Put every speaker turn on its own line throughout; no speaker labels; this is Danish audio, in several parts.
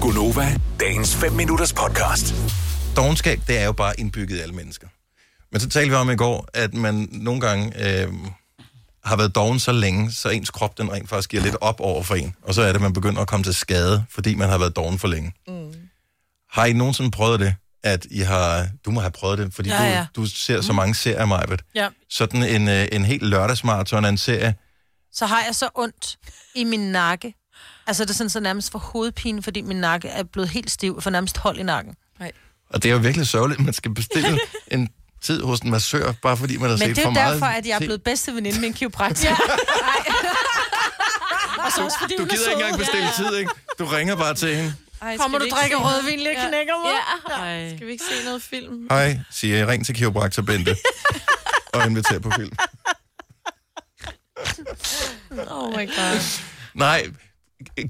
Gunova, dagens 5 minutters podcast.
dogenskab, det er jo bare indbygget i alle mennesker. Men så talte vi om i går, at man nogle gange øh, har været doven så længe, så ens krop den rent faktisk giver lidt op over for en. Og så er det, at man begynder at komme til skade, fordi man har været doven for længe. Mm. Har I nogensinde prøvet det? At I har, du må have prøvet det, fordi
Ja,
ja, ja.
ja. Mm.
Du, du ser så mange serier, Majbet.
Ja.
Sådan en, øh, en helt lørdagsmarathon af en serie.
så har jeg så ondt i min nakke. Altså, det er sådan så nærmest for hovedpine, fordi min nakke er blevet helt stiv for nærmest hold i nakken.
Og det er jo virkelig sørgeligt, at man skal bestille en tid hos en massør, bare fordi man har
Men
set
det er
for
jo
meget.
derfor, at jeg er
TV.
blevet bedste veninde med en kiropraktor. Ja. Og så også fordi
Du
hun er
gider ikke
sød.
engang bestille tid, ikke? Du ringer bare til hende.
Ej,
Kommer du drikker rødvin lige og knækker mig?
Ja.
Ej.
Skal vi ikke se noget film?
Hej, siger jeg. Ring til kiropraktor Bente. og inviter på film.
Oh my god.
Nej,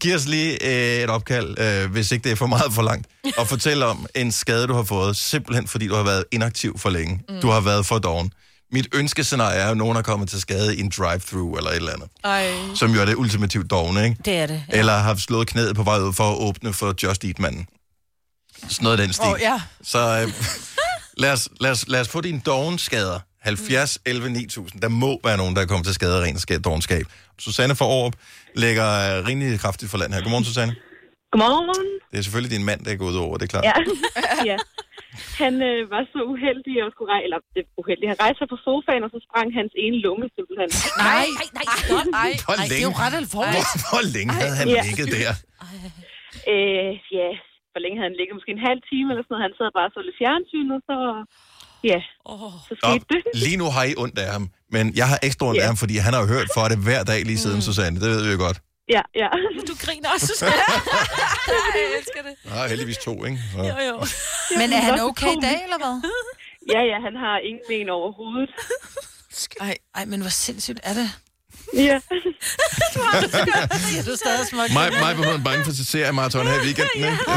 giv os lige øh, et opkald, øh, hvis ikke det er for meget for langt. Og fortæl om en skade, du har fået, simpelthen fordi du har været inaktiv for længe. Mm. Du har været for doven. Mit ønskescenarie er, at nogen er kommet til skade i en drive-thru eller et eller andet.
Ej.
Som jo er det ultimativt dogne, ikke?
Det er det.
Ja. Eller har slået knæet på vej ud for at åbne for Just Eat-manden. Sådan noget af den stil.
Åh, ja.
Så øh, lad, os, lad, os, lad os få dine dogenskader. 70,
Mm.
11, 9000. Der må være nogen, der er kommet til skade af ren skab, dogenskab. Susanne fra Aarup lægger øh, rimelig kraftigt for land her. Godmorgen, Susanne.
Godmorgen.
Det er selvfølgelig din mand, der er gået over, det er klart.
Ja. ja. Han øh, var så uheldig at skulle rejse, eller det er uheldig, han rejste sig på sofaen, og så sprang hans ene lunge simpelthen.
Nej, nej, nej, stop.
Ej.
Hvor længe,
det er jo ret alvorligt.
hvor, hvor længe havde han
Ja.
ligget der?
Øh, ja, hvor længe havde han ligget? Måske en halv time eller sådan noget. Han sad bare og så lidt fjernsyn, og så... Ja,
Oh.
så
Nå,
skete det.
lige nu har I ondt af ham, men jeg har ekstra ondt
Ja. Mm.
af ham, fordi han har jo hørt for det hver dag lige siden, Susanne. Det ved vi jo godt.
Ja, ja.
Du griner også, Susanne. Ej, jeg elsker det.
Der er heldigvis to, ikke? Så.
Jo, jo.
Men er han okay i dag, eller hvad?
Ja, ja, han har ingen men overhovedet.
Ej.
Ej, men hvor sindssygt er det?
Ja.
Siger du stadig smukt?
Mig, mig var bange for sit serie maraton her i weekenden, ikke?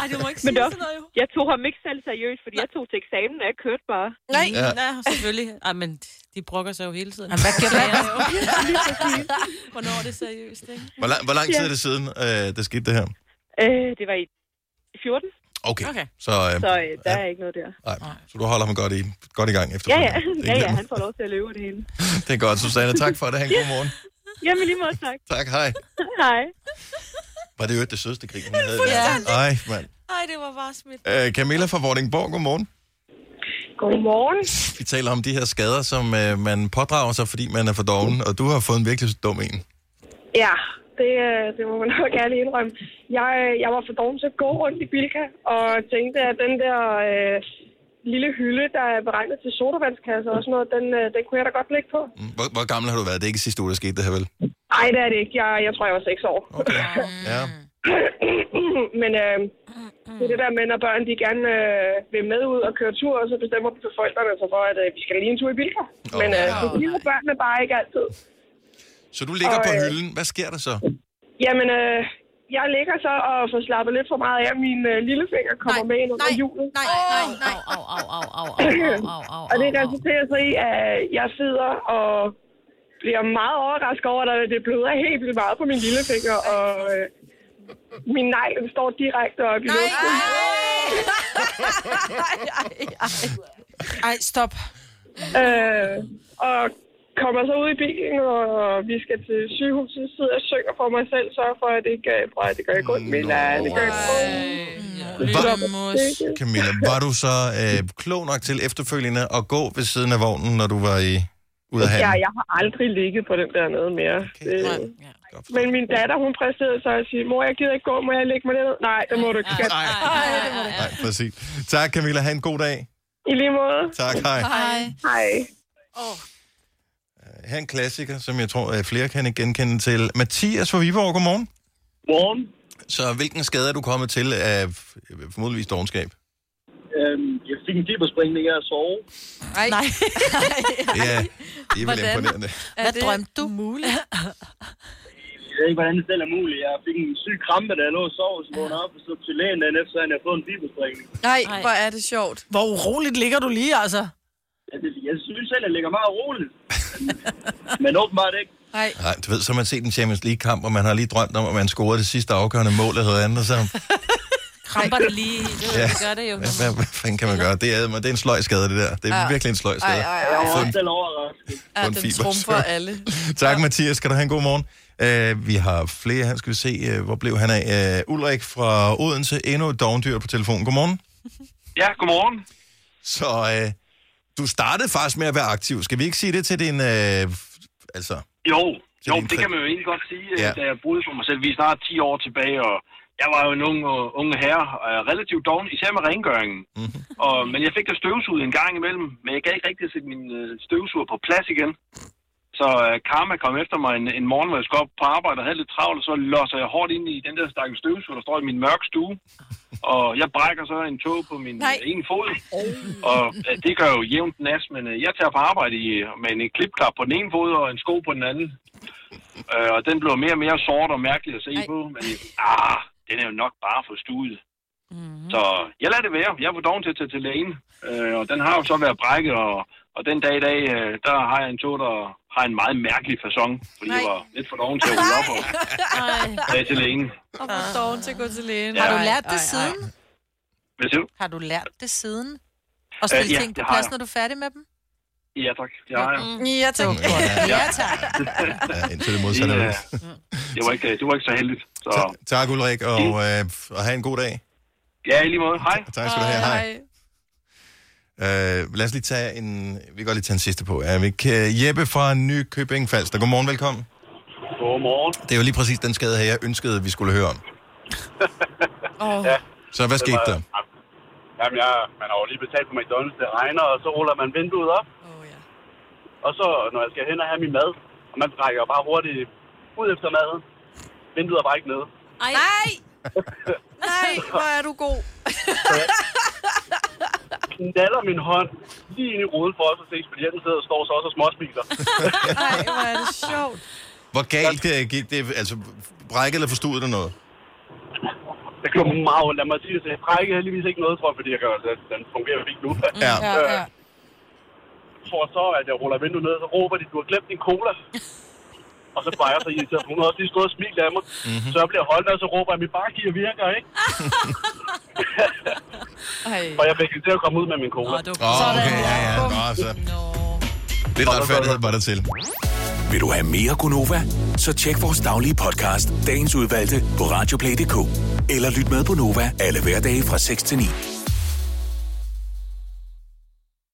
Ej, du må ikke
Men
sige
det
sådan
er også-
noget, jo.
Jeg tog ham ikke selv seriøst, fordi jeg tog til eksamen, og jeg kørte bare.
Nej,
Ja.
ja. nej, selvfølgelig. Ej, men de brokker sig jo hele tiden.
Jamen, hvad gør man?
Hvornår er det seriøst, ikke?
Hvor lang, hvor lang tid er det siden, øh, der skete det her?
Øh, det var i 14,
Okay.
Okay.
Så, øh,
så øh, der er ikke noget der.
Nej, så du holder ham godt i, godt i gang efter.
Ja,
Det,
ja, ja,
er
ja,
ikke-
han får lov til at løbe det hele.
det er godt, Susanne. Tak for det. Ha' en god morgen.
Jamen lige måde, tak.
Tak, hej.
Hej.
Var det jo det sødeste grin, hun havde? Ja. Ej, mand.
Ej, det var bare smidt.
Øh, Camilla fra Vordingborg, godmorgen.
Godmorgen.
Vi taler om de her skader, som øh, man pådrager sig, fordi man er for doven, og du har fået en virkelig dum en.
Ja, det, øh, det må man nok gerne indrømme. Jeg, øh, jeg var for doven til at gå rundt i Bilka, og tænkte, at den der øh, lille hylde, der er beregnet til sodavandskasser og sådan noget, den, øh, den kunne jeg da godt lægge på.
Mm, Hvor, hvor gammel har du været? Det er ikke sidste uge, der skete det her, vel?
Nej, det er det ikke. Jeg, jeg tror, jeg var seks år.
Okay. Ja.
Men øh, det er det der med, når børn de gerne øh, vil med ud og køre tur, og så bestemmer forældrene sig for, at øh, vi skal da lige en tur i Bilka. Men øh, det giver børnene bare ikke altid.
Så du ligger
Og,
på
øh,
hylden. Hvad sker der så?
Jamen, øh, jeg ligger så og får slappet lidt for meget af, at min øh, lillefinger kommer
Nej,
med ind under
nej,
hjulet.
Nej, nej, nej.
Au, au, au, au, au, au, au, au,
Og det
au, au.
resulterer så i, at jeg sidder og bliver meget overrasket over, at det bløder helt vildt meget på min lillefinger, og øh, min negl den står direkte op i luften.
Ej, stop.
Øh, og kommer så ud i bilen, og vi skal til sygehuset, sidder og synger for mig selv, sørger for, at det ikke øh, brød, det gør ikke ondt, Mila, øh, det gør ikke ondt.
Camilla, var du så øh, klog nok til efterfølgende at gå ved siden af vognen, når du var i ude af
Ja,
handen?
jeg har aldrig ligget på den der nede mere.
nej.
Det,
Ja.
men min datter, hun præsterede så og sige, mor, jeg gider ikke gå, må jeg lægge mig ned? Nej, det må du ikke. skat."
Nej, nej, præcis. Tak, Camilla. Ha' en god dag.
I lige måde.
Tak, hej.
Ej.
Hej.
Her er en klassiker, som jeg tror, at flere kan genkende til. Mathias fra Viborg, godmorgen.
Morgen.
Så hvilken skade er du kommet til af øh, formodentligvis dogenskab?
Øhm, jeg fik en dibberspringning af at sove.
Ej, nej.
Ja, det er vel
Hvordan?
imponerende.
Er
Hvad
det
drømte du?
Muligt.
Jeg ved ikke, hvordan det selv er muligt. Jeg fik en syg krampe, da jeg lå og sov, så vågnede jeg op og så til lægen dagen efter, at jeg havde fået en dibberspringning.
Nej, hvor er det sjovt.
Hvor uroligt ligger du lige, altså?
Altså, jeg synes selv, at jeg ligger meget roligt. Men åbenbart ikke.
Nej.
Nej, du ved, så har man set en Champions League-kamp, og man har lige drømt om, at man scorede det sidste afgørende mål, eller noget andet, og så...
Kramper det lige. Det,
Ja.
ja. det gør det jo.
Hvad, hvad, hvad fanden kan man gøre? Det er, det er en sløj skade, det der. Det er
Ja.
virkelig en sløj
Ej,
skade.
ej,
Jeg
ej.
var
Få
også
en-
selv overrasket.
Ja,
få en
den
fiber,
trumfer
så.
alle.
Tak, Mathias. Skal du have en god morgen. Uh, vi har flere her. Skal vi se, uh, hvor blev han af? Uh, Ulrik fra Odense. Endnu et dogendyr på telefonen. Godmorgen.
Ja, godmorgen.
Så uh, du startede faktisk med at være aktiv. Skal vi ikke sige det til din... Uh, altså,
Jo,
Det er
jo
din
det
kred-
kan man jo egentlig godt sige,
Ja.
ja. da jeg boede for mig selv. Vi er snart 10 år tilbage, og jeg var jo en ung, og, ung herre, og jeg er relativt doven, især med rengøringen. Mm-hmm. Og, men jeg fik da støvsuget en gang imellem, men jeg gad ikke rigtig sætte min øh, støvsuger på plads igen. Så øh, Karma kom efter mig en, en morgen, hvor jeg skulle op på arbejde og havde lidt travlt, og så losser jeg hårdt ind i den der stakke støvsuger, der står i min mørke stue. Og jeg brækker så en tog på min
Nej.
Nej. ene fod. Og øh, det gør jo jævnt nas, men øh, jeg tager på arbejde i, med en klipklap på den ene fod og en sko på den anden. Øh, og den blev mere og mere sort og mærkelig at se
Ej.
Ej. på. Men ah, den er jo nok bare for stuet. Mm-hmm. Så jeg lader det være. Jeg var doven til at tage til lægen. Øh, og den har jo så været brækket, og, og den dag i dag, øh, der har jeg en tog, der har en meget mærkelig façon. Fordi
Nej.
jeg var lidt for doven til at rulle op og
Ej.
tage til lægen.
Og hvor står hun til at gå til lægen?
Ja.
Har du
Ej,
lært det
ej, ej.
siden?
Hvad siger du?
Har du lært det siden? Og stille
Øh, ja,
ting på
det har
plads,
jeg.
når du er færdig med dem?
Ja, tak. Det har jeg.
Ja, Mm. tak.
Det var godt. Ja, tak.
ja, indtil det
Det,
modsatte.
øh,
Yeah.
det, var ikke, øh, det var ikke så heldigt. Så
Ta- tak, Ulrik, og, øh, og have en god dag.
ja, i lige måde. Hej.
Og tak skal du have. Hej. Øh, lad os lige tage en... Vi kan godt lige tage en sidste på. Er vi ikke? Øh, Jeppe fra Nykøbing Falster. Godmorgen, velkommen.
Godmorgen.
Det er jo lige præcis den skade her, jeg ønskede, vi skulle høre om.
Åh,
Så hvad skete der?
Jamen, jeg, man har jo lige betalt på McDonald's, det regner, og så ruller man vinduet op.
åh, ja.
Og så, når jeg skal hen og have min mad, og man rækker jo bare hurtigt ud efter maden, vinduet er bare ikke nede.
Ej,
Nej! Nej, hvor er du god.
Knaller min hånd lige ind i ruden for os at se, fordi den sidder og står så også og småspiser.
Nej, hvor er det sjovt.
Hvor galt øh, gik det? Altså, brækket eller forstod det noget?
Det gjorde mig meget ondt. Lad mig sige det, så jeg brækkede heldigvis ikke noget, tror jeg, fordi jeg gør, den, den fungerer fint nu.
Ja.
Ja, ja.
For så, at jeg ruller vinduet ned, så råber de, du har glemt din cola. Og så bare jeg så irriteret, for hun har også lige stået og smilt af mig. Mm-hmm. Så jeg bliver holdt, og så råber jeg, at mit bargear virker, ikke?
Ej.
Og jeg fik det til at komme ud med min cola.
Nå, det var
Åh, oh, okay,
Sådan.
ja, ja. Nå, så
Nå.
lidt retfærdighed var der til.
Vil du have mere Gunova? Så tjek vores daglige podcast, dagens udvalgte, på radioplay.dk. Eller lyt med på Nova alle hverdage fra 6 til 9.